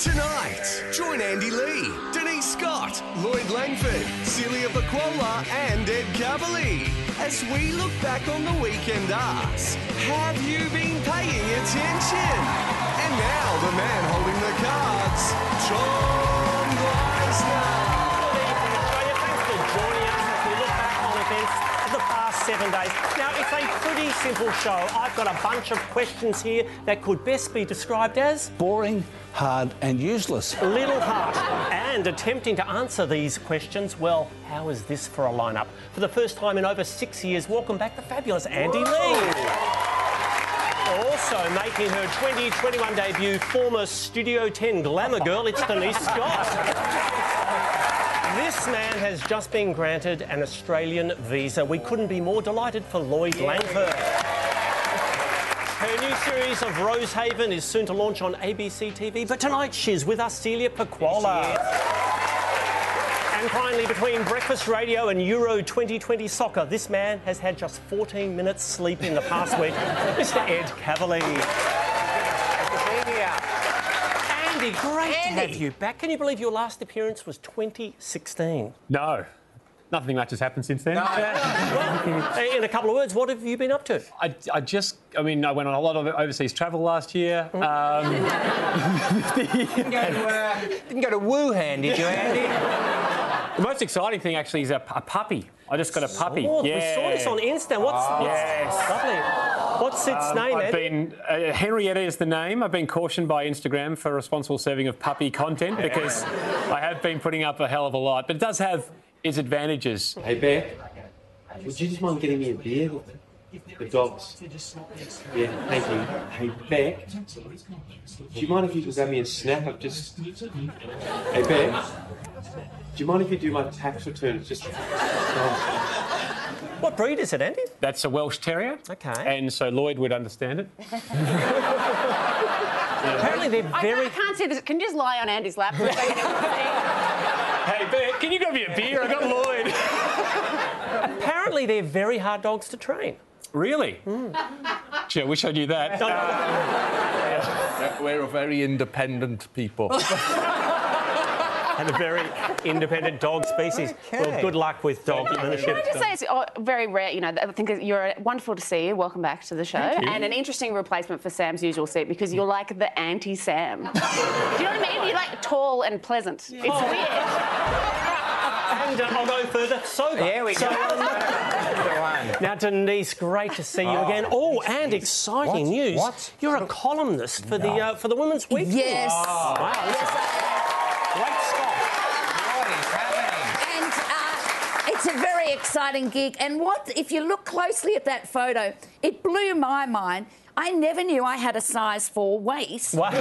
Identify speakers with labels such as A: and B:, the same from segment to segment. A: Tonight, join Andy Lee, Denise Scott, Lloyd Langford, Celia Baquola, and Ed Cavali as we look back on the weekend. Ask, have you been paying attention? And now the man holding the cards, John Gleisner.
B: Australia, thanks for joining us as we look back on events of the past seven days. Now, it's a pretty simple show. I've got a bunch of questions here that could best be described as
C: boring, hard, and useless.
B: little heart. And attempting to answer these questions, well, how is this for a lineup? For the first time in over six years, welcome back the fabulous Andy Lee. Also making her 2021 debut, former Studio 10 glamour girl, it's Denise Scott. This man has just been granted an Australian visa. We couldn't be more delighted for Lloyd Langford. Her new series of Rosehaven is soon to launch on ABC TV, but tonight she's with us, Celia Paquola. And finally, between breakfast radio and Euro 2020 soccer, this man has had just 14 minutes sleep in the past week, Mr. Ed Cavalier. Andy, great to have you back. Can you believe your last appearance was 2016?
D: No. Nothing much has happened since then.
B: In a couple of words, what have you been up to?
D: I, I just, I mean, I went on a lot of overseas travel last year.
B: Mm.
D: Um,
E: Didn't go to, uh, didn't go to Wuhan, did you,
D: the
E: Andy?
D: most exciting thing actually is a, pu- a puppy. I just got a puppy.
B: Oh, We
D: Yeah. Ah.
B: saw this on Insta. What's, what's
D: Yes.
B: lovely? What's its
D: Um,
B: name,
D: I've
B: Ed?
D: been uh, Henrietta is the name. I've been cautioned by Instagram for responsible serving of puppy content because I have been putting up a hell of a lot, but it does have its advantages.
F: Hey, Bear, would you just mind getting me a beer? The dogs. Yeah, thank you. Hey, Bear, do you mind if you can grab me a snack? I've just. Hey, Bear, do you mind if you do my tax return? It's just.
B: What breed is it, Andy?
D: That's a Welsh Terrier.
B: Okay.
D: And so Lloyd would understand it.
B: Apparently they're
G: I
B: very...
G: can't, I can't see this. Can you just lie on Andy's lap? for a second?
D: Hey, Bear, can you grab me a beer? I got Lloyd.
B: Apparently they're very hard dogs to train.
D: Really?
H: Mm.
D: Gee, I wish I knew that.
H: We're a very independent people.
B: And a very independent dog species. Well, good luck with dog
G: Can I
B: ownership.
G: just say it's oh, very rare, you know, I think that you're wonderful to see you. Welcome back to the show. And an interesting replacement for Sam's usual seat because you're like the anti Sam. Do you know what I mean? You're like tall and pleasant. It's weird.
B: And uh, I'll go further. Sober.
E: There we go.
B: So, um,
I: um,
B: Now, Denise, great to see you again. Oh, and exciting
E: What?
B: news.
E: What?
B: You're a columnist for the uh, for the Women's Weekly.
J: Yes.
B: Wow. Great stuff.
E: What is happening?
J: And uh, it's a very exciting gig. And what, if you look closely at that photo, it blew my mind. I never knew I had a size four waist. Um,
B: Wow.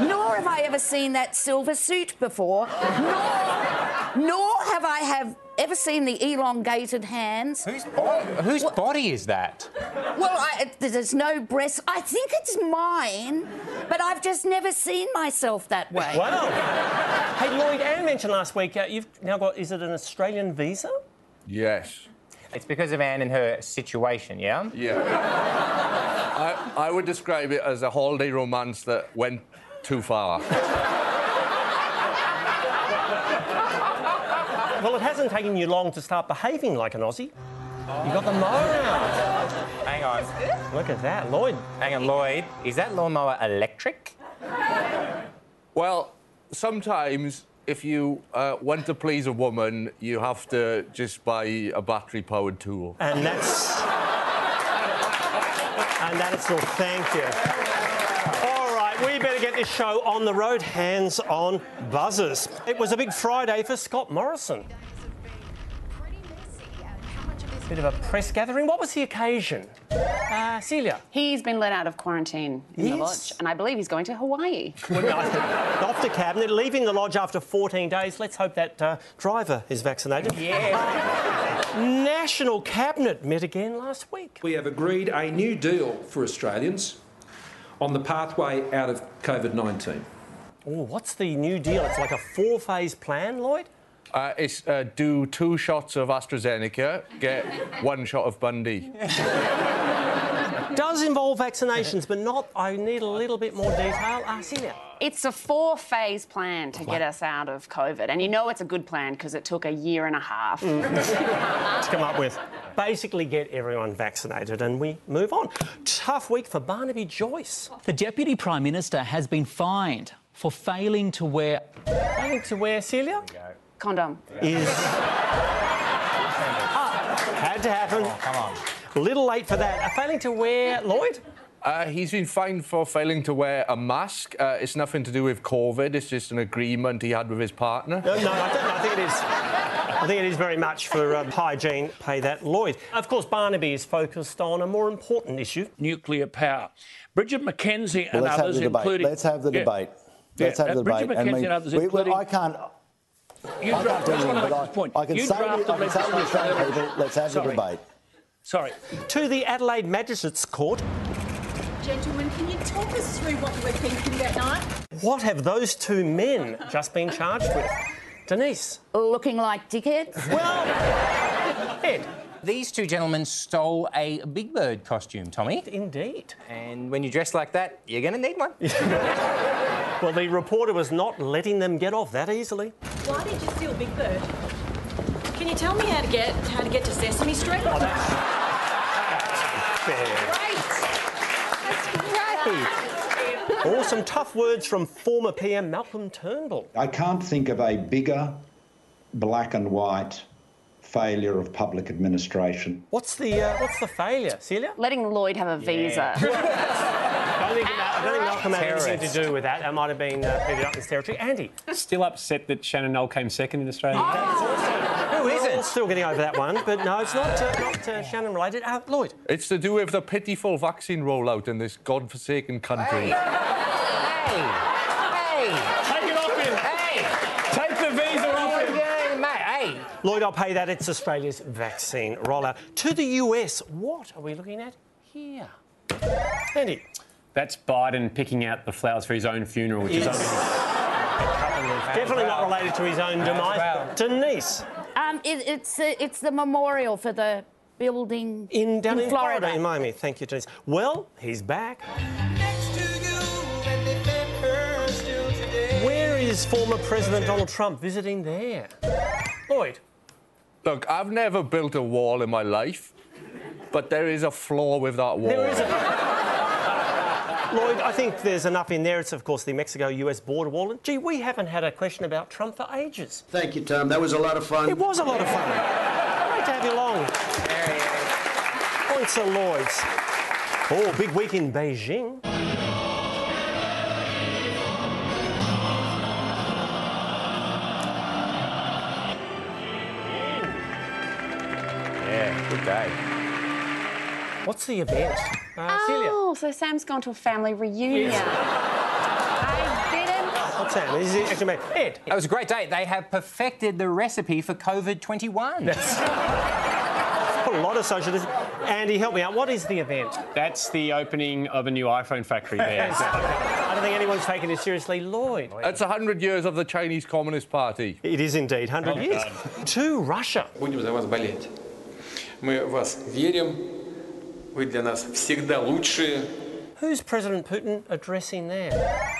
J: Nor have I ever seen that silver suit before. nor, nor have I have ever seen the elongated hands.
E: Whose body, whose body is that?
J: Well, I, it- there's no breast. I think it's mine, but I've just never seen myself that way.
B: Wow. hey, Lloyd, Anne mentioned last week uh, you've now got, is it an Australian visa?
H: yes.
E: It's because of Anne and her situation, yeah?
H: Yeah. I, I would describe it as a holiday romance that went too far.
B: Well, it hasn't taken you long to start behaving like an Aussie. You got the mower out.
E: Hang on.
B: Look at that, Lloyd.
E: Hang on, Lloyd. Is that lawnmower electric?
H: Well, sometimes if you uh, want to please a woman, you have to just buy a battery powered tool.
B: And that's. and that is all. Thank you. All right, we better get this show on the road. Hands on buzzers. It was a big Friday for Scott Morrison. Bit of a press gathering. What was the occasion? Uh, Celia.
G: He's been let out of quarantine in the
B: Yes.
G: lodge, and I believe he's going to Hawaii.
B: Well, no, off to cabinet, leaving the lodge after 14 days. Let's hope that uh, driver is vaccinated.
E: Yeah.
B: National cabinet met again last week.
K: We have agreed a new deal for Australians on the pathway out of COVID 19.
B: Oh, what's the new deal? It's like a four-phase plan, Lloyd.
H: Uh, it's uh, do two shots of AstraZeneca, get one shot of Bundy.
B: Does involve vaccinations, but not. I need a little bit more detail. Ah, see now.
G: It's a four phase plan to get us out of COVID. And you know it's a good plan because it took a year and a half.
B: to come up with. Basically, get everyone vaccinated and we move on. Tough week for Barnaby Joyce.
L: The Deputy Prime Minister has been fined for failing to wear.
B: Failing to wear, Celia?
G: Condom.
B: Is. Ah, Had to happen.
H: come on.
B: A little late for that. Failing to wear, Lloyd?
H: Uh, he's been fined for failing to wear a mask. Uh, it's nothing to do with COVID. It's just an agreement he had with his partner.
B: No, no, I, don't, I think it is. I think it is very much for um, hygiene. Pay that, Lloyd. Of course, Barnaby is focused on a more important issue.
I: Nuclear power. Bridget McKenzie and
M: Well, let's have
I: others,
M: the debate.
I: including.
M: Let's have the
I: Yeah.
M: debate.
I: Yeah,
M: Let's have
I: uh,
M: the debate.
I: Bridget McKenzie and,
M: we-
I: others,
M: we- well,
I: including.
M: I can't.
I: You
M: I can't
I: draft-
M: do
I: that's
M: anything,
I: one of
M: but
I: Alex's point.
M: I, I can
I: You
M: say to,
I: draft
M: I can
I: a
M: say to the Australian
I: resolution.
M: people, let's have
I: Sorry.
M: the debate.
I: Sorry.
B: To the Adelaide Magistrates Court.
N: Gentlemen, can you talk us through what you were thinking that night?
B: What have those two men just been charged with? Denise.
J: Looking like dickheads?
B: Well, Ed.
E: These two gentlemen stole a Big Bird costume, Tommy.
B: Indeed.
E: And when you dress like that, you're going to need one.
B: Well, the reporter was not letting them get off that easily.
N: Why did you steal Big Bird? Can you tell me how to get how to get to Sesame Street? Oh,
B: Or Oh, some tough words from former PM Malcolm Turnbull.
O: I can't think of a bigger black and white failure of public administration.
B: What's the uh, what's the failure, Celia?
G: Letting Lloyd have a visa.
B: I think, that, I don't think Malcolm had anything to do with that. That might have been uh, Peter Dutton's territory. Andy.
D: Still upset that Shannon Noll came second in Australia.
B: Who Oh! is it? Still getting over that one, but no, it's not, uh, not uh, Shannon related. Uh, Lloyd.
H: It's to do with the pitiful vaccine rollout in this godforsaken country.
D: Take it off him.
E: Hey.
D: Take the visa off him.
E: Yeah, mate. Hey.
B: Lloyd, I'll pay that. It's Australia's vaccine rollout. To the US, what are we looking at here? Andy.
D: That's Biden picking out the flowers for his own funeral, which is
B: Definitely not related to his own demise. Denise.
J: Um, it, it's, uh, it's the memorial for the building
B: in, Down in Florida. in Miami. Thank you, Denise. Well, he's back. Where is former President Donald Trump visiting there? Lloyd.
H: Look, I've never built a wall in my life, but there is a flaw with that wall.
B: There is a. Lloyd, I think there's enough in there. It's, of course, the Mexico US border wall. And gee, we haven't had a question about Trump for ages.
P: Thank you, Tom. That was a lot of fun.
B: It was a lot of fun. Great to have you along. Points are Lloyd's. Oh, big week in Beijing.
H: Yeah, good day.
B: What's the event? Uh, Celia.
G: Oh, so Sam's gone to a family reunion.
B: What's that? Is it actually made? Ed.
E: That was a great day. They have perfected the recipe for COVID 21.
B: Got a lot of socialism. Andy, help me out. What is the event?
D: That's the opening of a new iPhone factory there.
B: I don't think anyone's taking this seriously. Lloyd.
H: It's 100 years of the Chinese Communist Party.
B: It is indeed, 100
H: Oh,
B: years. To Russia.
Q: Будем за вас болеть. Мы в вас верим. Вы для нас всегда лучшие.
B: Who's President Putin addressing there?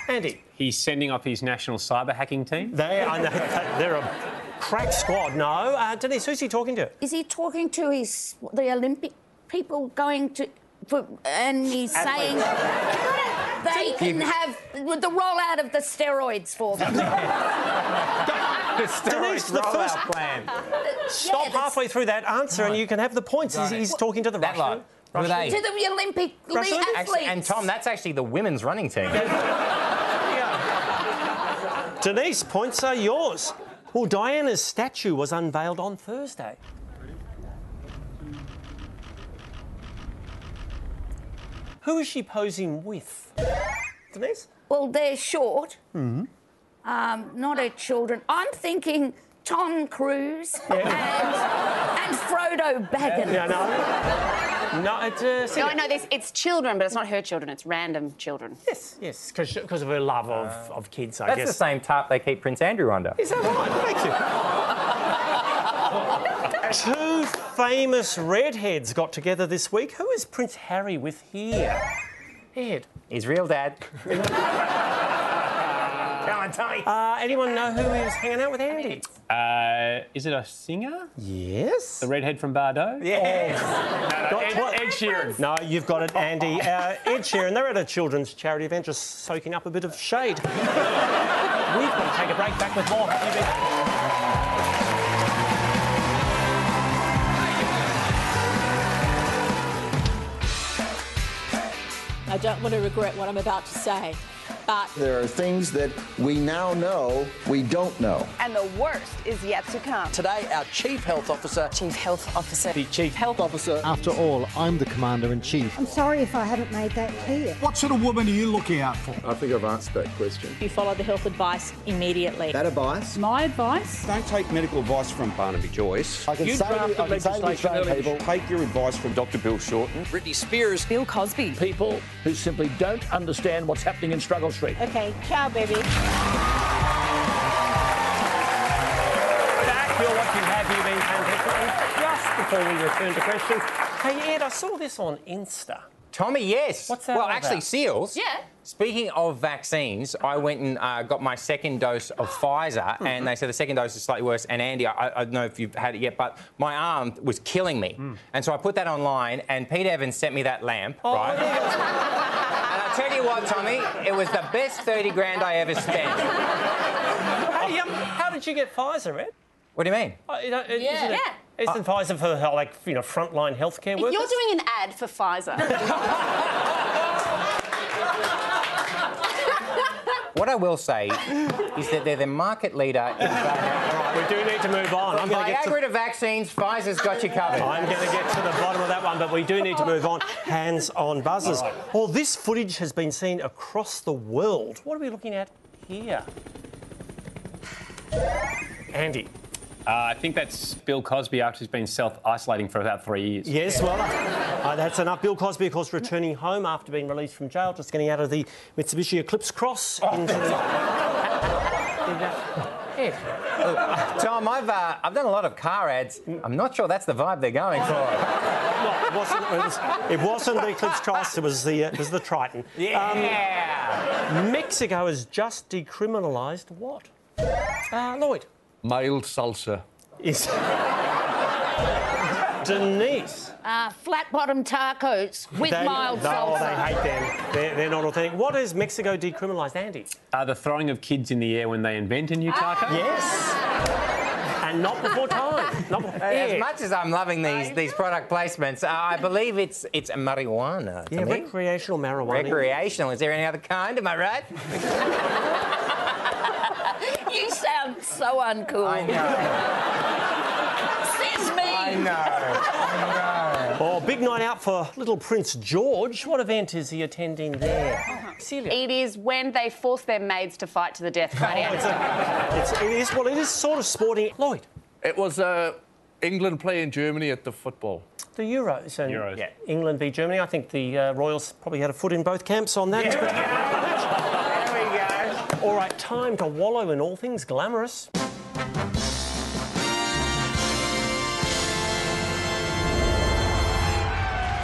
B: Andy.
D: He's sending up his national cyber hacking team.
B: They are, they're a crack squad. No. Uh, Denise, who's he talking to?
J: Is he talking to his the Olympic people going to? For, and he's saying they can have with the rollout of the steroids for them.
B: Denise, the first plan. Stop halfway through that answer and you can have the points. He's, he's talking to the Russian.
E: Who are
B: Russian-
E: they?
J: to the Olympic
E: Actually-
J: le- athletes.
E: and Tom, that's actually the women's running team.
B: Denise, points are yours. Well, Diana's statue was unveiled on Thursday. Who is she posing with? Denise?
J: Well, they're short. Um, not her children. I'm thinking Tom Cruise and, and Frodo Baggins.
B: Yeah, no. No, it's. Uh,
G: No,
B: Celia.
G: no, this, it's children, but it's not her children, it's random children.
B: Yes, yes, because of her love of, of kids, I
E: That's
B: guess.
E: the same tarp they keep Prince Andrew under.
B: Is that right? Thank you. Two famous redheads got together this week. Who is Prince Harry with here? Ed.
E: He's real, Dad.
B: Come on, Tommy. Uh, anyone know who he was hanging out with Andy?
D: Uh, is it a singer?
B: Yes.
D: The redhead from Bardo?
B: Yes.
D: no, Ed, Ed Sheeran.
B: Oh. No, you've got it, Andy. Uh, Ed Sheeran, they're at a children's charity event just soaking up a bit of shade. We've got to take a break back with more. Have you been-
N: I don't want to regret what I'm about to say, but
M: There are things that we now know we don't know.
P: And the worst is yet to come.
R: Today, our Chief Health Officer.
P: Chief Health Officer.
R: The Chief Health Officer.
S: After all, I'm the commander in chief.
T: I'm sorry if I haven't made that clear.
S: What sort of woman are you looking out for?
M: I think I've answered that question.
N: you follow the health advice immediately.
M: That advice?
N: My advice?
U: Don't take medical advice from Barnaby Joyce. I
M: can You say we- drafted I can say we legislation train earlier. people.
U: Take your advice from Dr. Bill Shorten.
R: Britney Spears.
N: Bill Cosby.
I: People who simply don't understand what's happening in Struggle Street.
N: Okay, ciao, baby.
B: back. You're watching Have You Been Paying Attention? And just before we return to questions, hey Ed, I saw this on Insta.
E: Tommy, yes.
B: What's that
E: Well,
B: all
E: actually,
B: about?
E: seals. Yeah. Speaking of vaccines, I went and uh, got my second dose of Pfizer,
B: Mm-hmm.
E: and they said the second dose is slightly worse. And Andy, I, I don't know if you've had it yet, but my arm was killing me,
B: Mm.
E: and so I put that online, and Pete Evans sent me that lamp,
B: Oh,
E: right? and I tell you what, Tommy, it was the best thirty grand I ever spent.
B: How, do you- um, how did you get Pfizer, Ed?
E: what do you mean?
B: Uh, you know, it-
G: Yeah.
B: Isn't, it,
G: Yeah.
B: isn't Pfizer for uh, like you know frontline healthcare
G: You're
B: workers?
G: doing an ad for Pfizer.
E: What I will say is that they're the market leader. In
B: we do need to move on. I'm going to get to
E: Viagra to vaccines, Pfizer's got you covered.
B: I'm going to get to the bottom of that one, but we do need to move on. Hands on buzzers. Well, this footage has been seen across the world. What are we looking at here? Andy.
D: Uh, I think that's Bill Cosby after he's been self isolating for about three years.
B: Yes, well, uh, that's enough. Bill Cosby, of course, returning home after being released from jail, just getting out of the Mitsubishi Eclipse
E: Oh,
B: Cross. into the...
E: Tom, I've uh, I've done a lot of car ads. I'm not sure that's the vibe they're going for.
B: No, it wasn't. It, was, not the Eclipse Cross. It was the uh, it was the Triton. Yeah. Mexico has just decriminalised what? Uh, Lloyd.
H: Mild salsa.
B: Is Denise.
J: Uh, flat bottom tacos with
B: They-
J: mild
B: no,
J: salsa.
B: they hate them. They're, they're not authentic. What has Mexico decriminalised, Andy?
D: Uh, the throwing of kids in the air when they invent a new
J: Ah.
D: taco.
B: Yes. and not before time. Not before...
E: Oh, As much as I'm loving these these product placements, uh, I believe it's it's marijuana.
B: Yeah,
E: Tommy.
B: recreational marijuana.
E: recreational. Is there any other kind? Am I right?
J: You sound so uncool. I know. Says me. I
B: Oh, big night out for little Prince George. What event is he attending there?
G: it is when they force their maids to fight to the death.
B: Oh, it's a, it's, it is, well, it is sort of sporting. Lloyd,
H: It was uh, England playing Germany at the football.
B: the Euros and
H: Euros.
B: Yeah, England v Germany. I think the uh, Royals probably had a foot in both camps on that. there we go. All right, time to wallow in all things glamorous.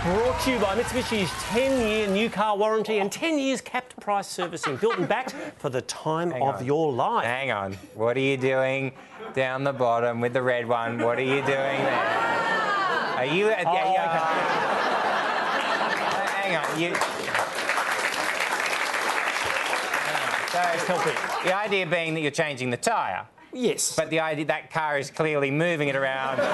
B: Brought to you by Mitsubishi's 10 year new car warranty and 10 years capped price servicing, built and backed for the time of your life.
E: Hang on. What are you doing down the bottom with the red one? What are you doing there? Are you? yeah,
B: Oh.
E: yeah, okay. Hang on. You. So, The idea being that you're changing the tyre.
B: Yes.
E: But the idea that car is clearly moving it around 80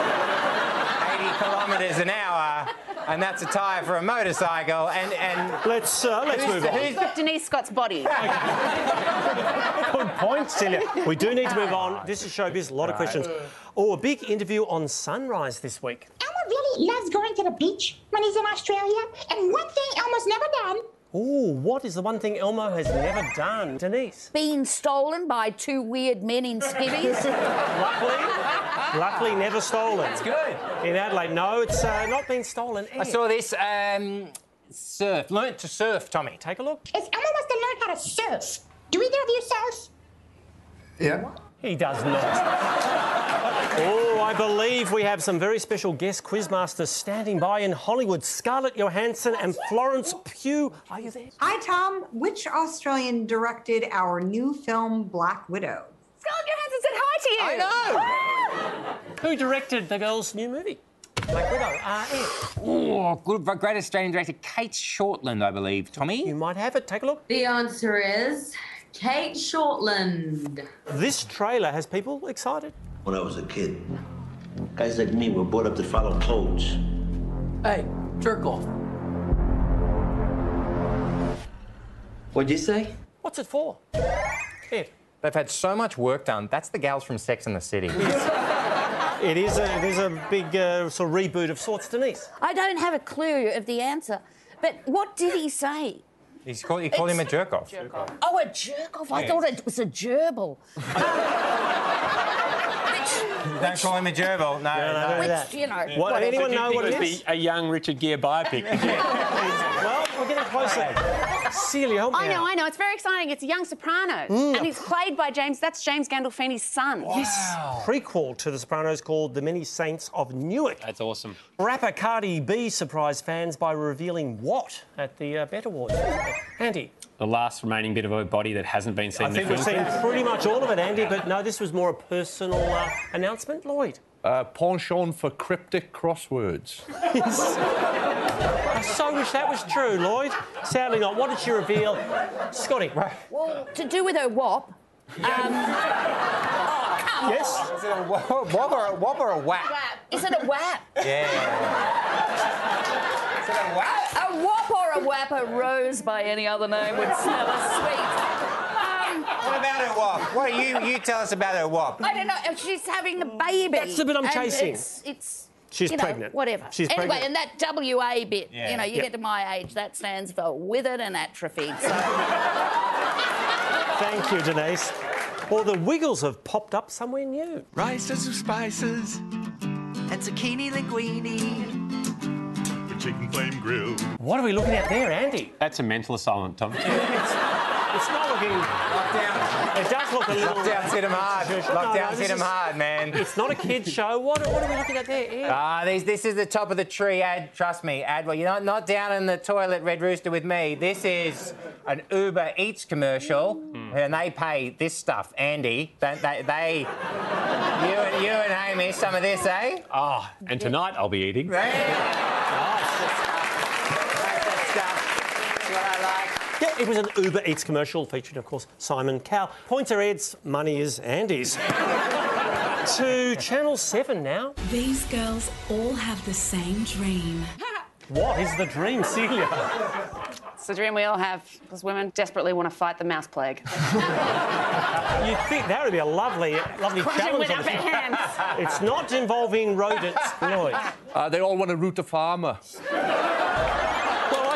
E: kilometres an hour, and that's a tyre for a motorcycle. And and
B: let's uh, let's
E: who's,
B: move on.
E: Who's
G: Who's got Denise Scott's body?
B: Good point, Celia. We do need to move on. This is showbiz, a lot of
E: Right.
B: questions. Oh, a big interview on Sunrise this week.
V: Elmer really loves going to the beach when he's in Australia. And one thing Elmer's never done
B: Oh, what is the one thing Elmo has never done? Denise.
J: Being stolen by two weird men in skivvies.
B: Luckily, never stolen. That's
E: good.
B: In Adelaide, no, it's uh, not been stolen.
E: I saw this um, surf. Learnt to surf, Tommy.
B: Take a look.
V: is Elmer wants to learn how to surf. Do either of you surf?
B: Yeah. He does not. Oh, I believe we have some very special guest quizmasters standing by in Hollywood. Scarlett Johansson and Florence Pugh. Are you there?
A: Hi, Tom. Which Australian directed our new film, Black Widow?
G: Scarlett Johansson said hi to you.
B: Who directed the girl's new movie? Black Widow.
W: Ah!
B: Uh, Ian.
E: Oh, good, great Australian director, Kate Shortland, I believe. Tommy? You
B: might have it. Take a look.
C: The answer is Kate Shortland.
B: This trailer has people excited.
X: When I was a kid, guys like me were brought up to follow codes.
C: Hey, jerk off.
E: What'd you say?
B: What's it for?
E: They've had so much work done. That's the gals from Sex and the City.
B: It is a, it is a big uh, sort of reboot of sorts, Denise.
J: I don't have a clue of the answer. But what did he say?
E: He's called, he called him a jerk off.
J: Oh, a jerk off. I
E: Yeah.
J: thought it was a gerbil.
E: Don't call him a gerbil. No, no,
J: no, Which, that. you know, What- whatever.
B: anyone know what it
D: it
B: is?
D: be a young Richard Gere biopic.
B: Well, we're getting closer. Celia, help me
G: I know,
B: out.
G: I know. It's very exciting. It's Young Sopranos,
B: Mm.
G: and he's played by James. That's James Gandolfini's son.
B: Yes. Prequel to The Sopranos called The Many Saints of Newark.
D: That's awesome.
B: Rapper Cardi B surprised fans by revealing what at the uh, Bet Awards. Andy,
D: the last remaining bit of her body that hasn't been seen
B: I
D: in the
B: think we've seen
D: film.
B: pretty much all of it, Andy, but no, this was more a personal uh, announcement. Lloyd.
H: Uh, penchant for cryptic crosswords.
B: I so wish that was true, Lloyd. Sadly not. What did she reveal? Scotty.
J: Well, to do with her wop. Um, oh, come
E: Yes?
J: on.
E: Is it a wo- wob or a, wob or a whack?
J: Wap. Is it a wap?
E: Yeah.
J: A wop or a wap? A rose by any other name would smell as sweet. Um,
E: What about her wop? What you you tell us about her wop?
J: I don't know. if She's having the baby.
B: That's the bit I'm
J: and
B: chasing.
J: It's, it's
B: She's
J: you know,
B: pregnant.
J: Whatever.
B: She's
J: anyway, and
B: pregnant.
J: that WA bit,
B: Yeah.
J: you know, you
B: Yep.
J: get to my age, that stands for withered and atrophied. So
B: Thank you, Denise. Well, the Wiggles have popped up somewhere new.
Y: Rices with spices and zucchini linguine.
D: The chicken flame grill. What are we looking at there, Andy? That's a mental asylum, Tom.
B: It's not looking. Lockdown. It does look a little.
E: Lockdown's hit 'em hard.
B: No, no,
E: Lockdown's
B: this
E: hit 'em
B: is-
E: hard, man.
B: It's not a kid's show. What, what are we looking at there? Ian?
E: Ah, these, this is the top of the tree, Ad. Trust me, Ad. Well, you're not, not down in the toilet, Red Rooster, with me. This is an Uber Eats commercial, and they pay this stuff, Andy. They, they, they you, and, you and Hamish, some of this, eh?
D: Ah, and tonight I'll be eating.
B: Yeah, it was an Uber Eats commercial featuring, of course, Simon Cowell. Points are Ed's, money is Andy's. to Channel 7 now.
Z: These girls all have the same dream.
B: What is the dream, Celia?
G: It's the dream we all have, because women desperately want to fight the mouse plague.
B: You'd think that would be a lovely, lovely
G: Crunching
B: challenge.
G: with
B: on
G: our
B: the-
G: hands.
B: it's not involving rodents, Lloyd.
H: Uh, they all want to root a farmer.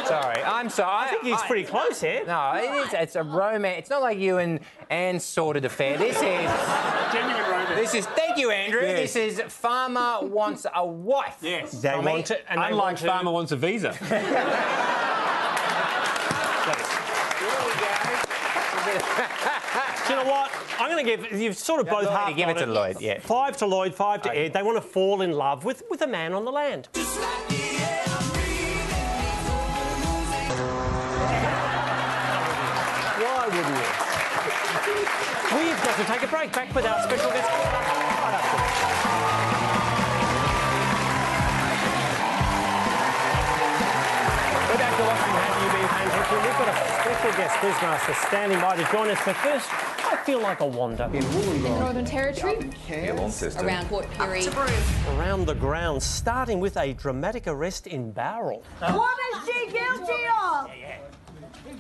E: Sorry, I'm sorry. I think he's pretty
B: close here.
E: No, it is. It's a romance. It's not like you and Anne sorted affair. This is genuine romance. This is. Thank you, Andrew.
D: Yes.
E: This is farmer wants a wife. Yes.
D: They want it, and Unlike Farmer wants a visa.
B: Do you know what? I'm going to give you've sort of both half.
E: give it to Lloyd, yeah.
B: Five to Lloyd, five to Ed. They want to fall in love with with a man on the land. Why wouldn't you? We've got to take a break. Back with our special guest. Right after this. We're back to watching Have You Been Paying Attention? We've got a special guest quizmaster standing by to join us. But first, I feel like a wander.
W: Northern Territory. Around Port Pirie.
B: Around the ground, starting with a dramatic arrest in Barrel.
W: What is she guilty of?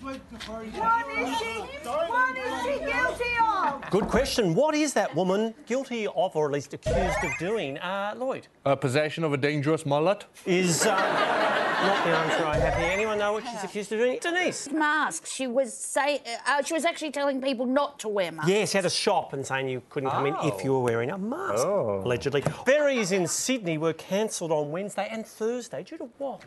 W: What is she? What is she guilty of?
B: Good question. What is that woman guilty of, or at least accused of doing? Uh, Lloyd
H: Uh, possession of a dangerous mullet.
B: is uh, not the answer I have here. Anyone know what she's accused of doing? Denise.
J: masks. She was say uh, she was actually telling people not to wear masks.
B: Yeah, she had a shop and saying you couldn't come in if you were wearing a mask, allegedly. Berries in Sydney were cancelled on Wednesday and Thursday due to what?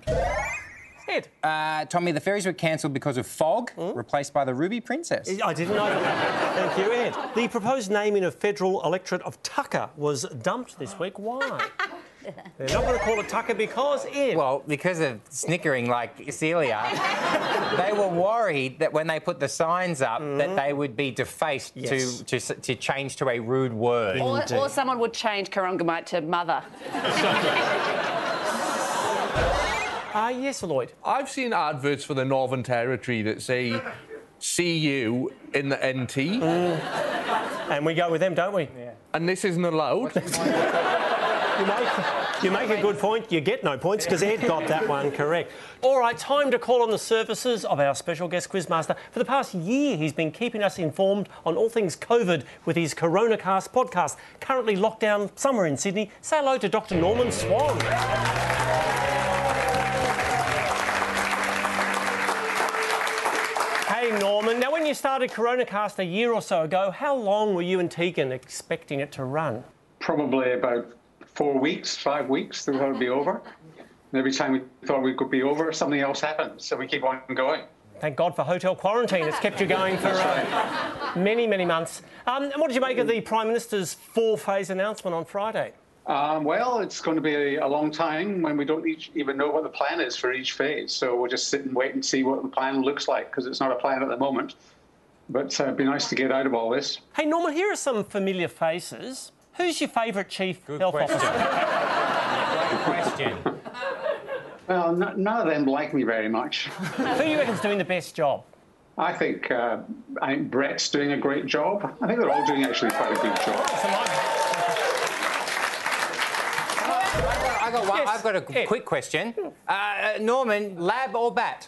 E: Ed. Uh, Tommy, the ferries were cancelled because of fog, replaced by the Ruby Princess.
B: Hmm? I didn't know that. Thank you, Ed. The proposed naming of federal electorate of Tucker was dumped this week. Why? They're not going to call it Tucker because Ed.
E: Well, because of snickering like Celia, they were worried that when they put the signs up
B: Hmm?
E: that they would be defaced
G: Yes.
E: to, to s- to change to a rude word.
G: Or, or someone would change Karongamite to mother.
B: Uh, yes, Lloyd.
H: I've seen adverts for the Northern Territory that say, see you in the NT.
B: Oh. And we go with them, don't we? Yeah.
H: And this isn't allowed.
B: You make, you make a good point. You get no points because Ed got that one correct. All right, time to call on the services of our special guest quizmaster. For the past year, he's been keeping us informed on all things COVID with his CoronaCast podcast, currently locked down somewhere in Sydney. Say hello to Dr. Norman Swan. Hey Norman, now when you started CoronaCast a year or so ago, how long were you and Tegan expecting it to run?
F: probably about four weeks, five weeks, we thought it'd be over. And every time we thought we could be over, something else happened. So we keep on going.
B: Thank God for hotel quarantine. It's kept you going for uh, many, many months. Um, and what did you make of the Prime Minister's four phase announcement on Friday?
F: Um, well, it's going to be a long time when we don't each, even know what the plan is for each phase. So we'll just sit and wait and see what the plan looks like because it's not a plan at the moment. But uh, it'd be nice to get out of all this.
B: Hey, Norman, here are some familiar faces. Who's your favourite chief health officer?
F: Well, n- none of them like me very much.
B: Who do you reckon's doing the best job?
F: I think uh, I think Brett's doing a great job. I think they're all doing actually quite a good job.
E: I got one, I've got a quick question.
B: Hmm.
E: Uh, Uh, Norman, lab or bat?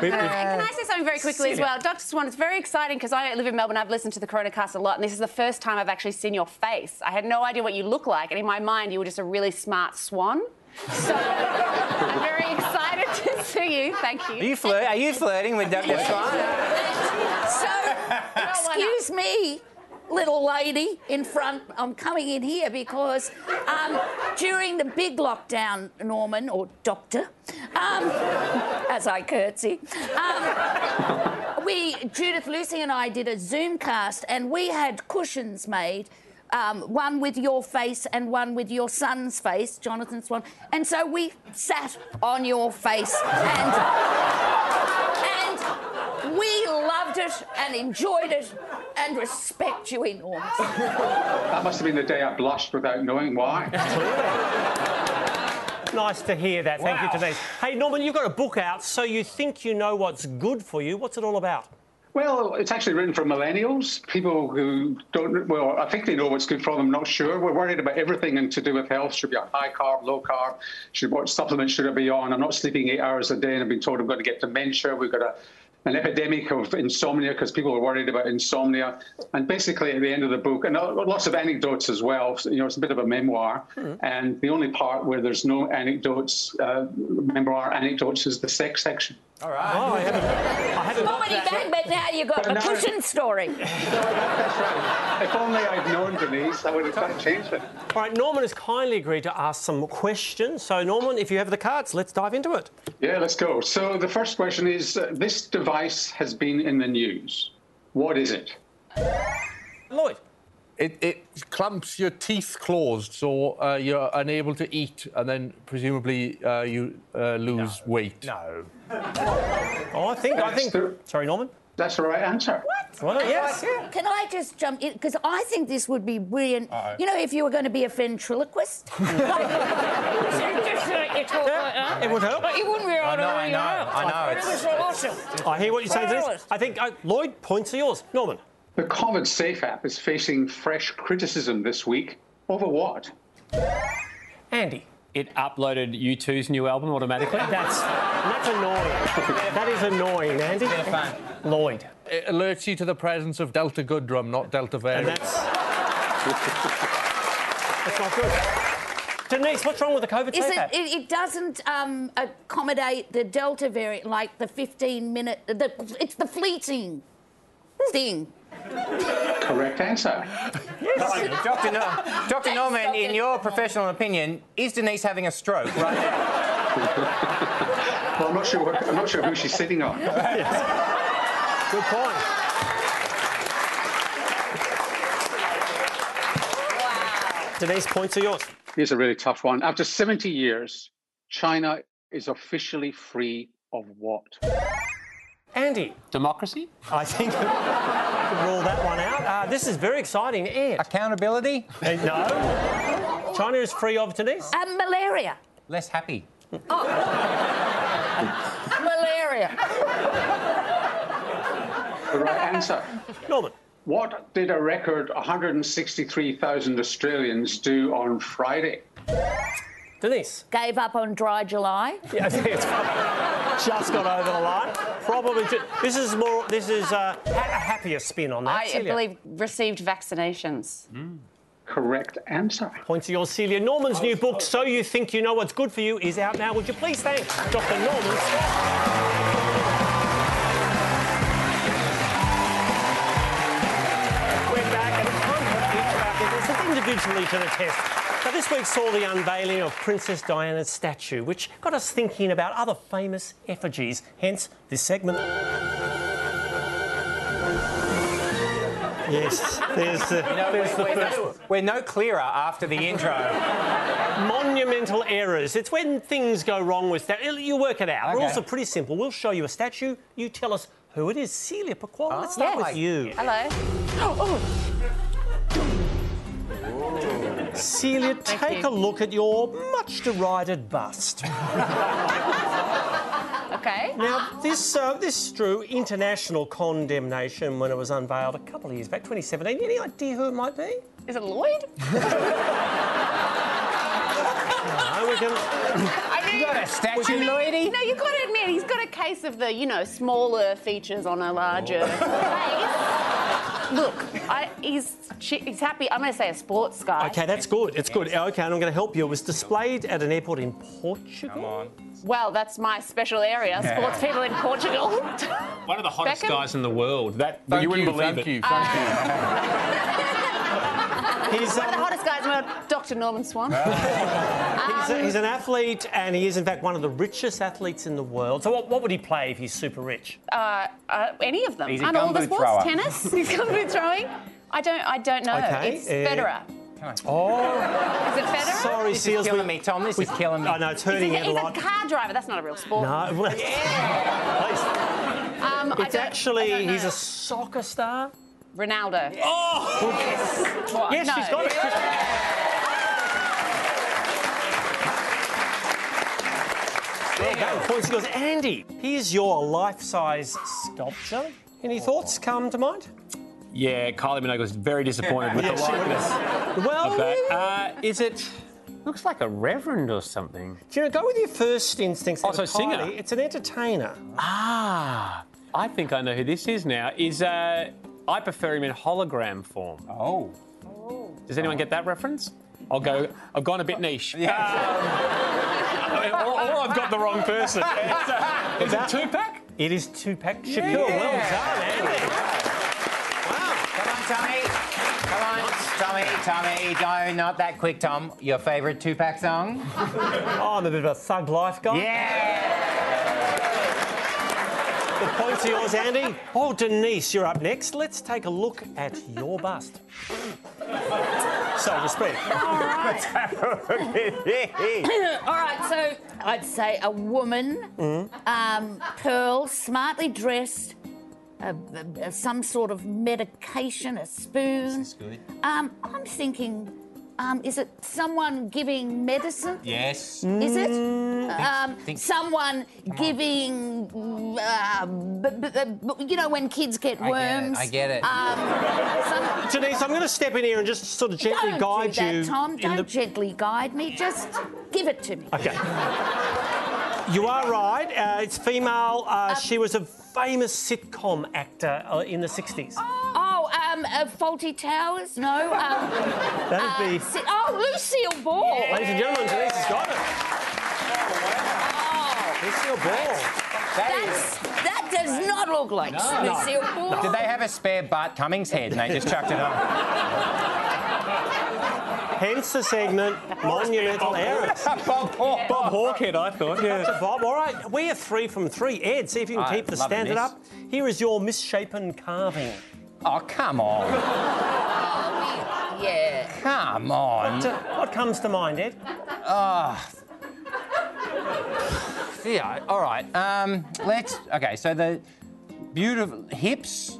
G: Can I, can I say something very quickly as
E: Celia.
G: well? Dr. Swan, it's very exciting because I live in Melbourne. I've listened to the CoronaCast a lot, and this is the first time I've actually seen your face. I had no idea what you look like, and in my mind, you were just a really smart swan. So I'm very excited to see you. Thank you.
E: Are you, flirt- are you flirting with Dr. Swan?
J: So, excuse me, little lady in front. I'm coming in here because um, during the big lockdown, Norman or Doctor, um, as I curtsy, um, we Judith, Lucy, and I did a Zoom cast, and we had cushions made. Um, one with your face and one with your son's face, Jonathan Swan. And so we sat on your face and we loved it and enjoyed it and respect you enormously.
F: That must have been the day I blushed without knowing why.
B: Nice to hear that. Thank you,
F: Wow.
B: Denise. Hey, Norman, you've got a book out, so you think you know what's good for you. What's it all about?
F: Well, it's actually written for millennials, people who don't, well, I think they know what's good for them, not sure. We're worried about everything and to do with health. Should be on high carb, low carb, should what supplements should I be on? I'm not sleeping eight hours a day and I've been told I'm going to get dementia. We've got a, an epidemic of insomnia because people are worried about insomnia. And basically, at the end of the book, and uh, lots of anecdotes as well, so, you know, it's a bit of a memoir. And the only part where there's no anecdotes, uh, memoir anecdotes, is the sex section.
E: All right.
B: I haven't, I haven't got
J: Comedy
B: that.
J: bag, but now you got a cushion story.
F: If only I'd known Denise, I would have done changed it.
B: All right, Norman has kindly agreed to ask some questions. So, Norman, if you have the cards, let's dive into it.
F: Yeah, let's go. So the first question is uh, this device has been in the news. What is it?
B: Lloyd.
H: It, it clamps your teeth closed, so uh, you're unable to eat, and then presumably uh, you uh, lose weight.
E: No.
B: Oh, I think, I think. Sorry, Norman.
F: That's the right answer.
B: What?
K: Oh,
B: yes.
J: Can I just jump in? Because I think this would be brilliant.
F: Uh-oh.
J: You know, if you were going to be a ventriloquist.
K: Just like you talk like that.
B: It would help.
K: But it wouldn't be
B: I
K: right
B: know,
K: on
B: I
K: anyone
B: know,
K: else.
B: I know,
K: It
B: it's-
K: was awesome.
B: I hear what you're saying, Denise.
K: Fabulous.
B: I think, uh, Lloyd, points are yours. Norman.
F: The COVID Safe app is facing fresh criticism this week. Over what?
B: Andy.
D: It uploaded U2's new album automatically.
B: That's, that's annoying. that is annoying, Andy. Lloyd.
H: It alerts you to the presence of Delta Goodrum, not Delta
B: And
H: variant.
B: that's. that's not good. Denise, what's wrong with the COVID
J: Is
B: safe
J: it,
B: app?
J: it? It doesn't um, accommodate the Delta variant, like the 15 minute. The, it's the fleeting thing.
F: Correct answer.
E: Dr. No- Dr. Norman, in your professional opinion, is Denise having a stroke right now?
F: well, I'm not sure. What, I'm not sure who she's sitting on.
B: Good point. Denise, points are yours.
F: Here's a really tough one. After 70 years, China is officially free of what?
B: Andy.
D: Democracy?
B: I think we can rule that one out. Uh, this is very exciting. Ed.
E: Accountability?
B: Uh, no. China is free of Denise.
J: Um, malaria.
E: Less happy.
J: Oh. malaria.
F: The right answer.
B: Norman.
F: What did a record 163,000 Australians do on Friday?
B: Denise.
J: Gave up on dry July.
B: Yeah, I think it's just got over the line. Probably. Ju- this is more. This is uh, ha- a happier spin on that.
G: I
B: Celia.
G: believe received vaccinations.
F: Mm. Correct answer.
B: Points to yours, Celia. Norman's new book, So You Think You Know What's Good For You, is out now. Would you please thank Dr. Norman Scott? We're back and Comfort each of our contestants individually to the test. Now, this week saw the unveiling of Princess Diana's statue, which got us thinking about other famous effigies, hence this segment. Yes, there's the, there's the
E: we're,
B: first
E: no, we're no clearer after the intro.
B: Monumental errors. It's when things go wrong with that. You work it out.
E: Okay.
B: Rules are pretty simple. We'll show you a statue. You tell us who it is. Celia Paquale, let's start with you.
G: Hello.
B: Celia, take a look at your much derided bust.
G: Okay.
B: Now, this uh, this drew international condemnation when it was unveiled a couple of years back, 2017. Any idea who it might be?
G: Is it Lloyd?
B: No, we can.
G: I mean,
E: You got a statue,
G: I mean,
E: Lloydie?
G: No, you've got to admit he's got a case of the you know smaller features on a larger
B: Oh.
G: face. Look, I, he's she, he's happy. I'm going to say a sports guy.
B: Okay, that's good. It's good. Okay, and I'm going to help you. It was displayed at an airport in Portugal. Come on.
G: Well, that's my special area. Sports people in Portugal.
D: One of the hottest
G: Beckham?
D: guys in the world. That
H: Thank
D: you wouldn't
H: you,
D: believe
H: thank
D: it.
H: you, thank you.
B: He's,
G: One of the
B: um,
G: hottest guys in the world, Dr. Norman Swan. Um,
B: He's, a- he's an athlete, and he is, in fact, one of the richest athletes in the world. So, what, what would he play if he's super rich?
G: uh, uh, any of them.
E: He's a
G: and all the
E: gumboot
G: sports,
E: thrower.
G: tennis, he's gumboot throwing. I don't, I don't know.
B: Okay,
G: It's
B: uh,
G: Federer.
B: Oh,
G: Is it Federer?
B: sorry,
E: This is
B: Seals.
E: killing me, Tom. This is killing me.
B: I know it's
G: He's a,
B: hurting it a
G: he's a
B: lot.
G: car driver. That's not a real sport.
B: No, well,
G: Um, I
B: it's
G: don't- I
B: actually
G: don't know.
B: he's a soccer star.
G: Ronaldo.
E: Oh,
G: What?
B: Yes,
G: No.
B: she's got it. Well done. Points goes Andy. Here's your life-size sculpture. Any thoughts come to mind?
D: Yeah, Kylie Minogue was very disappointed with the
B: Yes, she
D: likeness
B: Well,
D: of that. Uh, is it? Looks like a reverend or something.
B: do you know, go with your first instincts.
E: Oh,
B: there,
D: Also, singer.
B: Kylie. It's an entertainer.
D: Ah, I think I know who this is now. Is uh, I prefer him in hologram form.
E: Oh.
D: Does anyone get that reference? I'll go. I've gone a bit niche. Um, or, or I've got the wrong person. It's, uh, is it two pack?
B: It is Tupac Shakur. Well done, Andy. Wow.
E: Come on, Tommy. Come on, Tommy, Tommy. No, not that quick, Tom. Your favourite Tupac song?
B: Oh, I'm a bit of a thug life guy.
E: Yeah.
B: The points are yours, Andy. Oh, Denise, you're up next. Let's take a look at your bust. so to speak.
J: All right, so I'd say a woman, um, pearl, smartly dressed, uh, b- b- some sort of medication, a spoon.
E: good.
J: Um, I'm thinking, um, is it someone giving medicine?
E: Yes.
J: Is it? Um,
E: Mm, think-
J: someone giving, uh, b- b- b- you know, when kids get
E: I get it,
J: worms.
E: I get it.
J: Um, some-
B: Denise, I'm going to step in here and just sort of gently
J: don't
B: guide
J: do that,
B: you.
J: Tom.
B: in
J: Don't
B: the-
J: gently guide me. Just give it to me.
B: Okay. You are right. Uh, it's female. Uh, she was a famous sitcom actor uh, in the 60s.
J: Oh, um, uh, Faulty Towers? No. Um,
B: That would be.
J: si- oh, Lucille Ball.
B: Ladies and gentlemen, Denise has got it.
E: Lucille Ball.
J: That's, that does not look like Lucille Ball.
E: Did they have a spare Bart Cummings head and they just chucked it on?
B: Hence the segment Monumental Errors.
E: Bob Hawke.
D: Bob Hawkhead, I thought, yeah.
B: Bob, all right, we are three from three. Ed, see if you can
E: I
B: keep the
E: love
B: standard
E: this.
B: up. Here is your misshapen carving.
E: Oh, come on.
J: Oh, we- yeah.
E: Come on.
B: What, uh, what comes to mind, Ed?
E: Ah. yeah, all right. Um, let's. Okay, so the beautiful hips.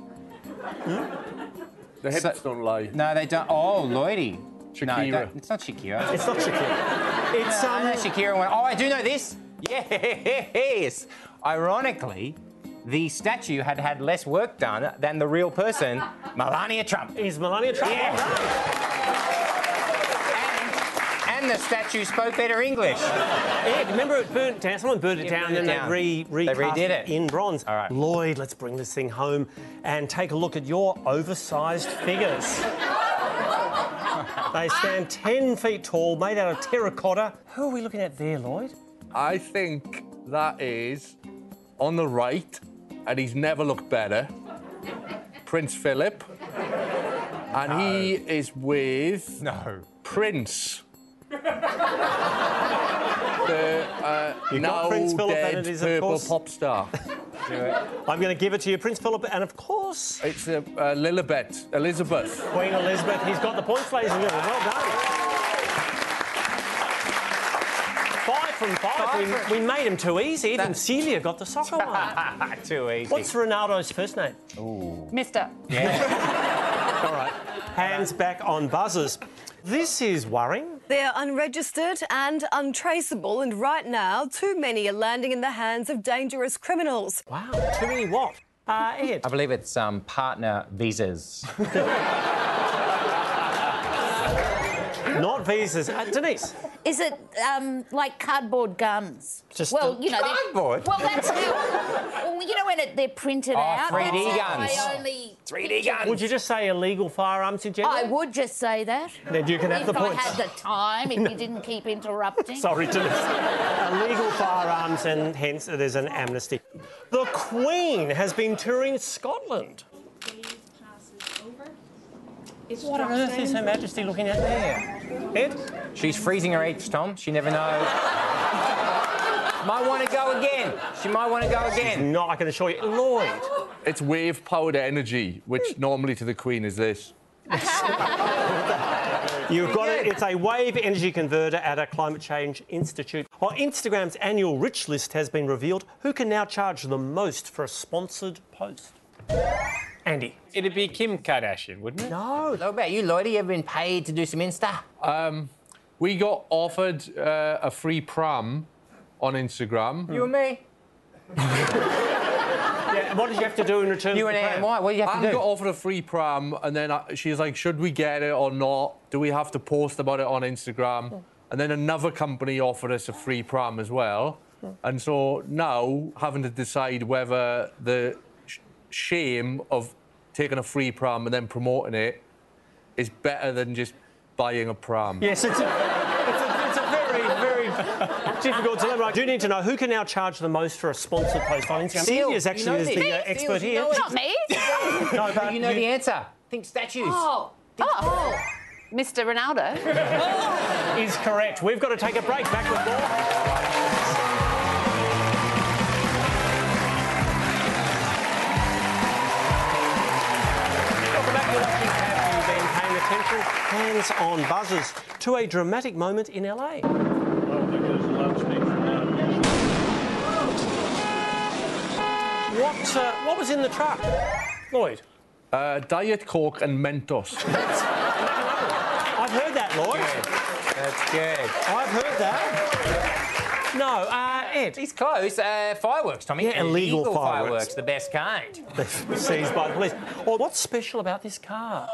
H: The hips
E: So-
H: don't lie.
E: No, they don't. Oh, Lloydie. No,
H: Shakira.
E: don't- it's not Shakira.
B: It's not Shakira. It's
E: No,
B: um.
E: no, Shakira went, oh, I do know this. Yes. Ironically, the statue had had less work done than the real person, Melania Trump.
B: Is Melania Trump?
E: Yeah. And the statue spoke better English.
B: Ed, remember it burnt down. Someone burnt it
E: It
B: down,
E: burnt
B: and
E: it
B: they
E: down.
B: re
E: They
B: recast
E: redid it.
B: in bronze.
E: All right.
B: Lloyd, let's bring this thing home and take a look at your oversized figures. they stand ten feet tall, made out of terracotta. Who are we looking at there, Lloyd?
H: I think that is on the right, and he's never looked better. Prince Philip. And he is with
E: No.
H: Prince. the uh,
B: You got
H: now
B: Prince Philip, and
H: dead
B: it is, of
H: purple
B: course-
H: pop star.
B: I'm going to give it to you, Prince Philip, and of course,
H: It's uh, uh, Lilibet, Elizabeth.
B: Queen Elizabeth. He's got the points, ladies and gentlemen. Well done. Five from five.
E: Five
B: we,
E: from-
B: we made him too easy. Even Celia got the soccer one.
E: Too easy.
B: What's Ronaldo's first name?
G: Mister.
B: All right. Hands back on buzzers. This is worrying.
L: They're unregistered and untraceable, and right now, too many are landing in the hands of dangerous criminals.
B: Wow. Too many what? Uh, Ed.
E: I believe it's um, partner visas.
B: Not visas. Uh, Denise.
J: Is it um, like cardboard guns?
B: Just
J: well,
B: a-
J: you know, they're-
E: Cardboard?
J: Well, that's how. Well, you know when it, they're printed
E: Oh,
J: out.
E: 3D
J: that's how
E: guns.
J: I only.
E: 3D guns.
B: Would you just say illegal firearms in general?
J: I would just say that.
B: Then you can have
J: if
B: the
J: I
B: points.
J: had the time, if you didn't keep interrupting.
B: Sorry, Denise. illegal firearms, and hence there's an amnesty. The Queen has been touring Scotland.
N: It's
B: What on
N: drop
B: earth is
N: standing
B: Her
N: for-
B: Majesty looking at there? Ed?
E: She's freezing her eggs, Tom. She never knows. might want to go again. She might want to go again.
B: No, I can assure you. Lloyd.
H: It's wave powered energy, which normally to the Queen is this.
B: You've got it. It's a wave energy converter at a climate change institute. While Instagram's annual rich list has been revealed, who can now charge the most for a sponsored post? Andy.
D: It'd be Kim Kardashian, wouldn't it?
B: No.
E: What about you, Lloydie? You ever been paid to do some Insta?
H: Um, we got offered uh, a free pram on Instagram.
E: You and me.
B: Yeah, what did you have to do in return?
E: You
B: for
E: and
B: the
E: Anne
B: pram?
E: White. What do you have
H: Anne
E: to do?
H: got offered a free pram, and then I, she's like, "Should we get it or not? Do we have to post about it on Instagram?" And then another company offered us a free pram as well, and so now having to decide whether the sh- shame of taking a free pram and then promoting it is better than just buying a pram.
B: Yes, it's a, it's a, it's a very, very difficult dilemma. I do need to know who can now charge the most for a sponsored post on Instagram.
E: Seal,
B: Celia's
E: you
B: actually
E: know
B: is
E: this.
B: the uh,
E: Seal,
B: expert
E: you
B: here.
E: know it.
G: Not me.
B: No, but
E: You know the answer. Think statues.
G: Oh. Oh. Mr. Ronaldo.
B: is correct. We've got to take a break. Back with more. Welcome back. You're watching Have You Been Paying Attention? Hands on buzzers to a dramatic moment in LA. What, uh, what was in the truck? Lloyd.
H: Uh, Diet Coke and Mentos.
B: I've heard that, Lloyd.
E: That's good.
B: I've heard that. No, uh, Ed.
E: He's close. Uh, fireworks, Tommy.
B: Yeah, illegal fireworks.
E: the best kind.
B: seized by the police. Well, what's special about this car?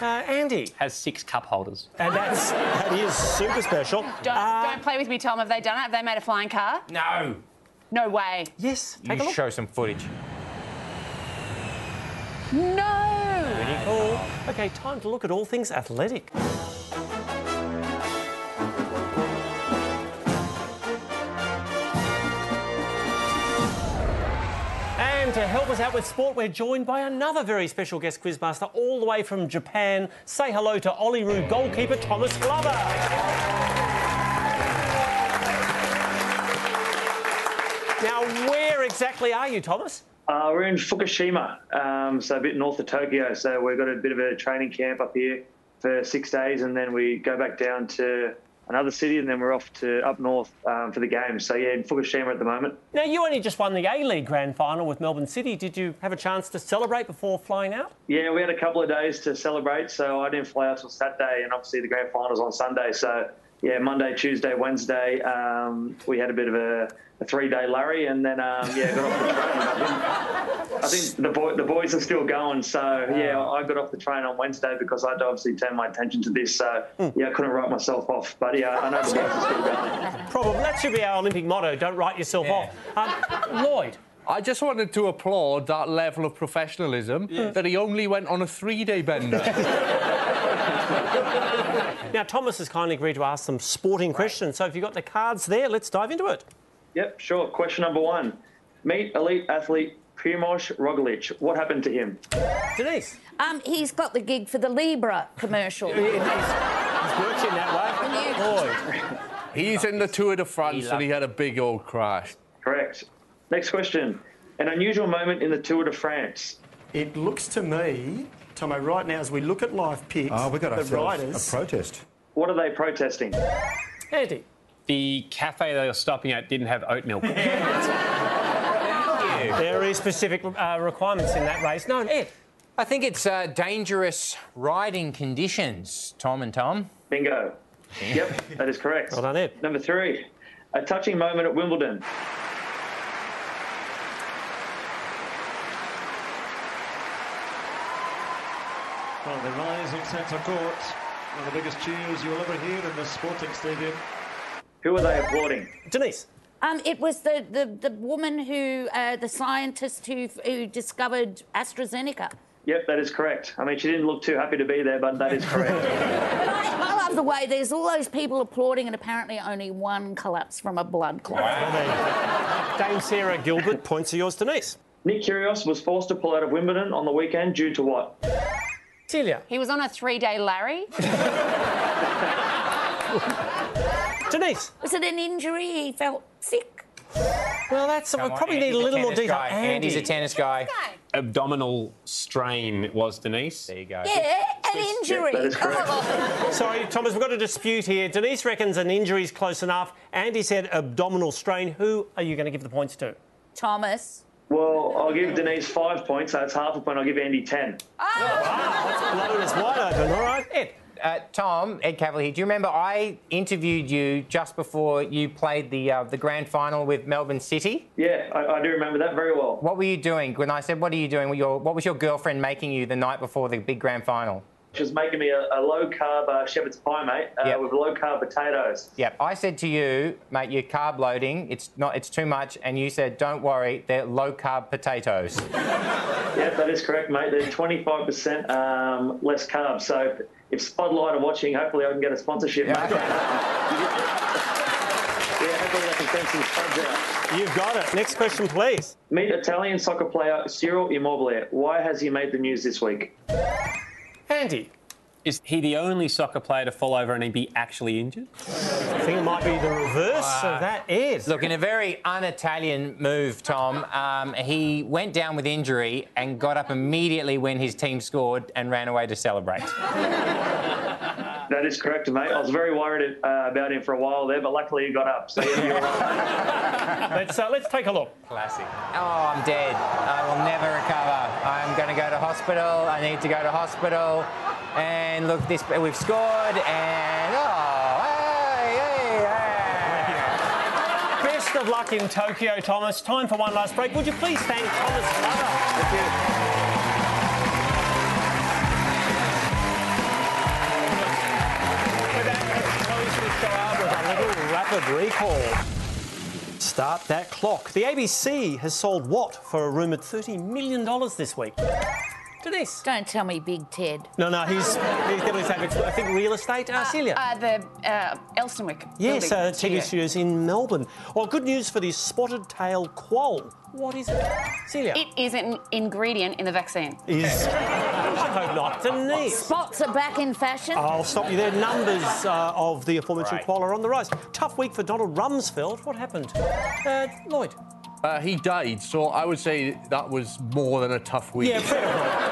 B: Uh, Andy.
D: Has six cup holders.
B: And that's that is super special.
G: Don't,
B: Uh,
G: don't play with me, Tom. Have they done it? Have they made a flying car?
E: No.
G: No way.
B: Yes, take a
E: You
B: look.
E: show some footage.
G: No.
B: Pretty cool. Okay, time to look at all things athletic. And to help us out with sport, we're joined by another very special guest quizmaster, all the way from Japan. Say hello to Ollie Roo goalkeeper Thomas Glover. Now, where exactly are you, Thomas?
M: Uh, we're in Fukushima, um, so a bit north of Tokyo. So we've got a bit of a training camp up here for six days, and then we go back down to another city, and then we're off to up north um, for the game. So yeah, in Fukushima at the moment.
B: Now, you only just won the A League grand final with Melbourne City. Did you have a chance to celebrate before flying out?
M: Yeah, we had a couple of days to celebrate, so I didn't fly out till Saturday, and obviously the grand finals on Sunday. So yeah, Monday, Tuesday, Wednesday, um, we had a bit of a, a three-day lurry, and then um, yeah, got off the train. I think the, boy, the boys are still going, so yeah, I got off the train on Wednesday because I'd obviously turned my attention to this. So yeah, I couldn't write myself off, but yeah, I know the boys are still going.
B: Probably. That should be our Olympic motto don't write yourself off. Um, Lloyd.
H: I just wanted to applaud that level of professionalism that he only went on a three day bender.
B: Now, Thomas has kindly agreed to ask some sporting questions. So, if you've got the cards there, let's dive into it.
M: Yep, sure. Question number one: Meet elite athlete Primoz Roglic. What happened to him?
B: Denise.
J: Um, he's got the gig for the Libra commercial.
B: He's working that way.
H: He's in the Tour de France and he had a big old crash.
M: Correct. Next question: An unusual moment in the Tour de France.
O: It looks to me, Tomo, right now as we look at live pics,
U: Oh, we got
O: the
U: ourselves
O: riders.
U: a protest.
M: What are they protesting?
B: Andy.
D: The cafe they were stopping at didn't have oat milk.
B: There is specific uh, requirements in that race. No, Ed.
E: I think it's uh, dangerous riding conditions, Tom and Tom.
M: Bingo. Yep, that is correct.
B: Well done, Ed.
M: Number three: A touching moment at Wimbledon.
P: Well, they rise in centre court. One of the biggest cheers you'll ever hear in this sporting stadium.
M: Who are they applauding?
B: Denise.
J: Um, it was the, the, the woman who, uh, the scientist who, who discovered AstraZeneca.
M: Yep, that is correct. I mean, she didn't look too happy to be there, but that is correct.
J: I love the way there's all those people applauding, and apparently only one collapsed from a blood clot.
B: Dame Sarah Gilbert, points are yours, Denise.
M: Nick Kyrgios was forced to pull out of Wimbledon on the weekend due to what?
B: Celia.
G: He was on a three-day Larry.
B: Denise.
J: Was it an injury? He felt sick.
B: Well, that's we
E: Come on,
B: probably need
E: Andy's
B: a little more
E: tennis
B: detail.
E: guy. Andy's a tennis guy.
D: Abdominal strain it was Denise. There you go.
J: Yeah, an injury. Oh.
M: that is correct.
B: Sorry, Thomas, we've got a dispute here. Denise reckons an injury's close enough. Andy said abdominal strain. Who are you going to give the points to?
J: Thomas.
M: Well, I'll give Denise five points. That's half a point. I'll give Andy ten.
B: Blown is wide open, all right? Ed.
E: Uh, Tom, Ed Cavalier, here. do you remember I interviewed you just before you played the uh, the grand final with Melbourne City?
M: Yeah, I, I do remember that very well.
E: What were you doing when I said, "What are you doing?" What, your, what was your girlfriend making you the night before the big grand final?
M: She was making me a, a low carb uh, shepherd's pie, mate, uh,
E: Yep.
M: with low carb potatoes.
E: Yep. I said to you, mate, you're carb loading. It's not. It's too much. And you said, "Don't worry, they're low carb potatoes."
M: Yeah, that is correct, mate. They're 25% um, less carbs. So if, if Spotlight are watching, hopefully I can get a sponsorship,
E: Yeah,
M: mate. yeah, hopefully I can send some spuds out.
B: You've got it. Next question, please.
M: Meet Italian soccer player Cyril Immobile. Why has he made the news this week?
B: Andy.
D: Is he the only soccer player to fall over and he be actually injured?
B: I think it might be the reverse of that, Ed.
E: Look, in a very un-Italian move, Tom, um, he went down with injury and got up immediately when his team scored and ran away to celebrate.
M: That is correct, mate. I was very worried uh, about him for a while there, but luckily he got up. So yeah, you're all right.
B: Let's, uh, let's take a look.
E: Classic. Oh, I'm dead. I will never recover. I'm going to go to hospital. I need to go to hospital. And look, this we've scored. And oh, hey, hey, hey.
B: Best of luck in Tokyo, Thomas. Time for one last break. Would you please thank Thomas Glover? With that, let's close the show out with a little rapid recall. Start that clock. The ABC has sold what for a rumoured $30 million this week? after this.
J: Don't tell me Big Ted.
B: No, no, he's, he's definitely saving, I think, real estate. Uh, Celia.
G: Uh, the uh, Elstonwick.
B: Yes, uh,
G: building
B: TV studios in Melbourne. Well, good news for the spotted tail quoll. What is it? Celia.
G: It is an ingredient in the vaccine.
B: Is. I hope not. Denise.
J: Spots are back in fashion.
B: I'll stop you there. Numbers uh, of the aforementioned koala are on the rise. Tough week for Donald Rumsfeld. What happened? Uh, Lloyd.
H: Uh, he died, so I would say that was more than a tough week.
B: Yeah, pretty much.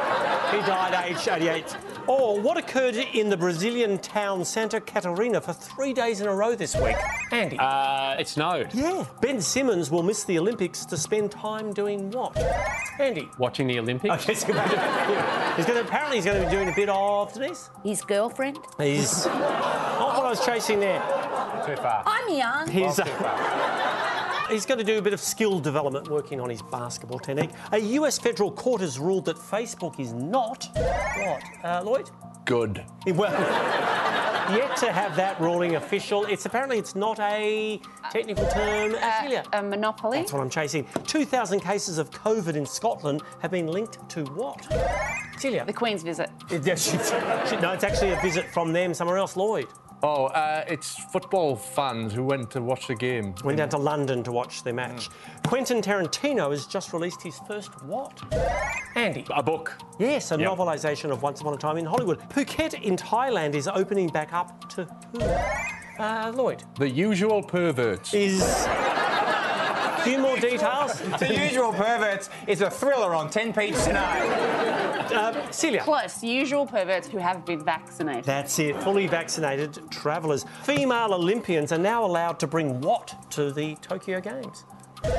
B: He died aged 88. Or what occurred in the Brazilian town Santa Catarina for three days in a row this week? Andy.
D: Uh, it snowed.
B: Yeah. Ben Simmons will miss the Olympics to spend time doing what? Andy.
D: Watching the Olympics.
B: Okay, so- yeah. he's going to apparently he's going to be doing a bit of Denise.
J: His girlfriend.
B: He's not what I was chasing there.
D: Too far.
J: I'm young.
B: He's, uh, he's going to do a bit of skill development working on his basketball technique. A US federal court has ruled that Facebook is not what? Uh, Lloyd?
H: Good.
B: Well, yet to have that ruling official. It's apparently it's not a technical term. Uh, Celia?
G: A monopoly.
B: That's what I'm chasing. 2,000 cases of COVID in Scotland have been linked to what? Celia?
G: The Queen's visit.
B: Yeah, she- she- no, it's actually a visit from them somewhere else. Lloyd
H: Oh, uh, it's football fans who went to watch the game.
B: went down to London to watch the match. Quentin Tarantino has just released his first what? Andy.
D: A book.
B: Yes, a
D: Yep.
B: novelisation of Once Upon a Time in Hollywood. Phuket in Thailand is opening back up to who? Uh, Lloyd.
H: The usual perverts.
B: Is. A few more details.
E: The usual perverts is a thriller on 10 Peach tonight.
B: Uh, Celia.
G: Close. Usual perverts who have been vaccinated.
B: That's it. Fully vaccinated travellers. Female Olympians are now allowed to bring what to the Tokyo Games?
D: I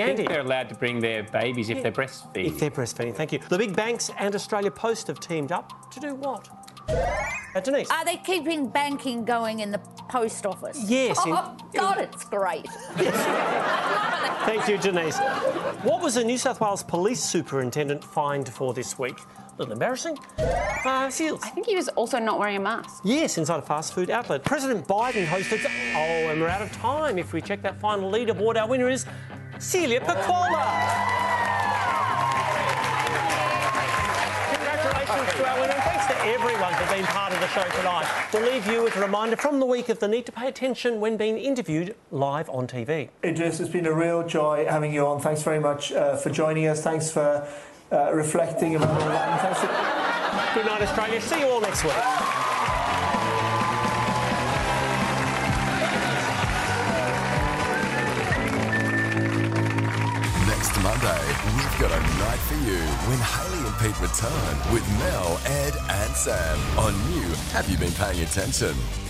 B: Andy.
D: think they're allowed to bring their babies if they're breastfeeding.
B: If they're breastfeeding, thank you. The big banks and Australia Post have teamed up to do what? Uh, Denise.
J: Are they keeping banking going in the post office?
B: Yes, in-
J: Oh, God, it's great.
B: Thank you, Denise. What was the New South Wales Police Superintendent fined for this week? A little embarrassing. Uh, Seals.
G: I think he was also not wearing a mask.
B: Yes, inside a fast food outlet. President Biden hosted. Oh, and we're out of time if we check that final leaderboard. Our winner is Celia Pacola. Congratulations to our winner, and thanks to everyone for being part of the show tonight. We'll leave you with a reminder from the week of the need to pay attention when being interviewed live on TV.
O: Idris, it's been a real joy having you on. Thanks very much uh, for joining us. Thanks for uh, reflecting about all that. And thanks for-
B: Good night, Australia. See you all next week.
I: Next Monday, we've got a night for you when Haley and Pete return with Mel, Ed, and Sam on new Have You Been Paying Attention?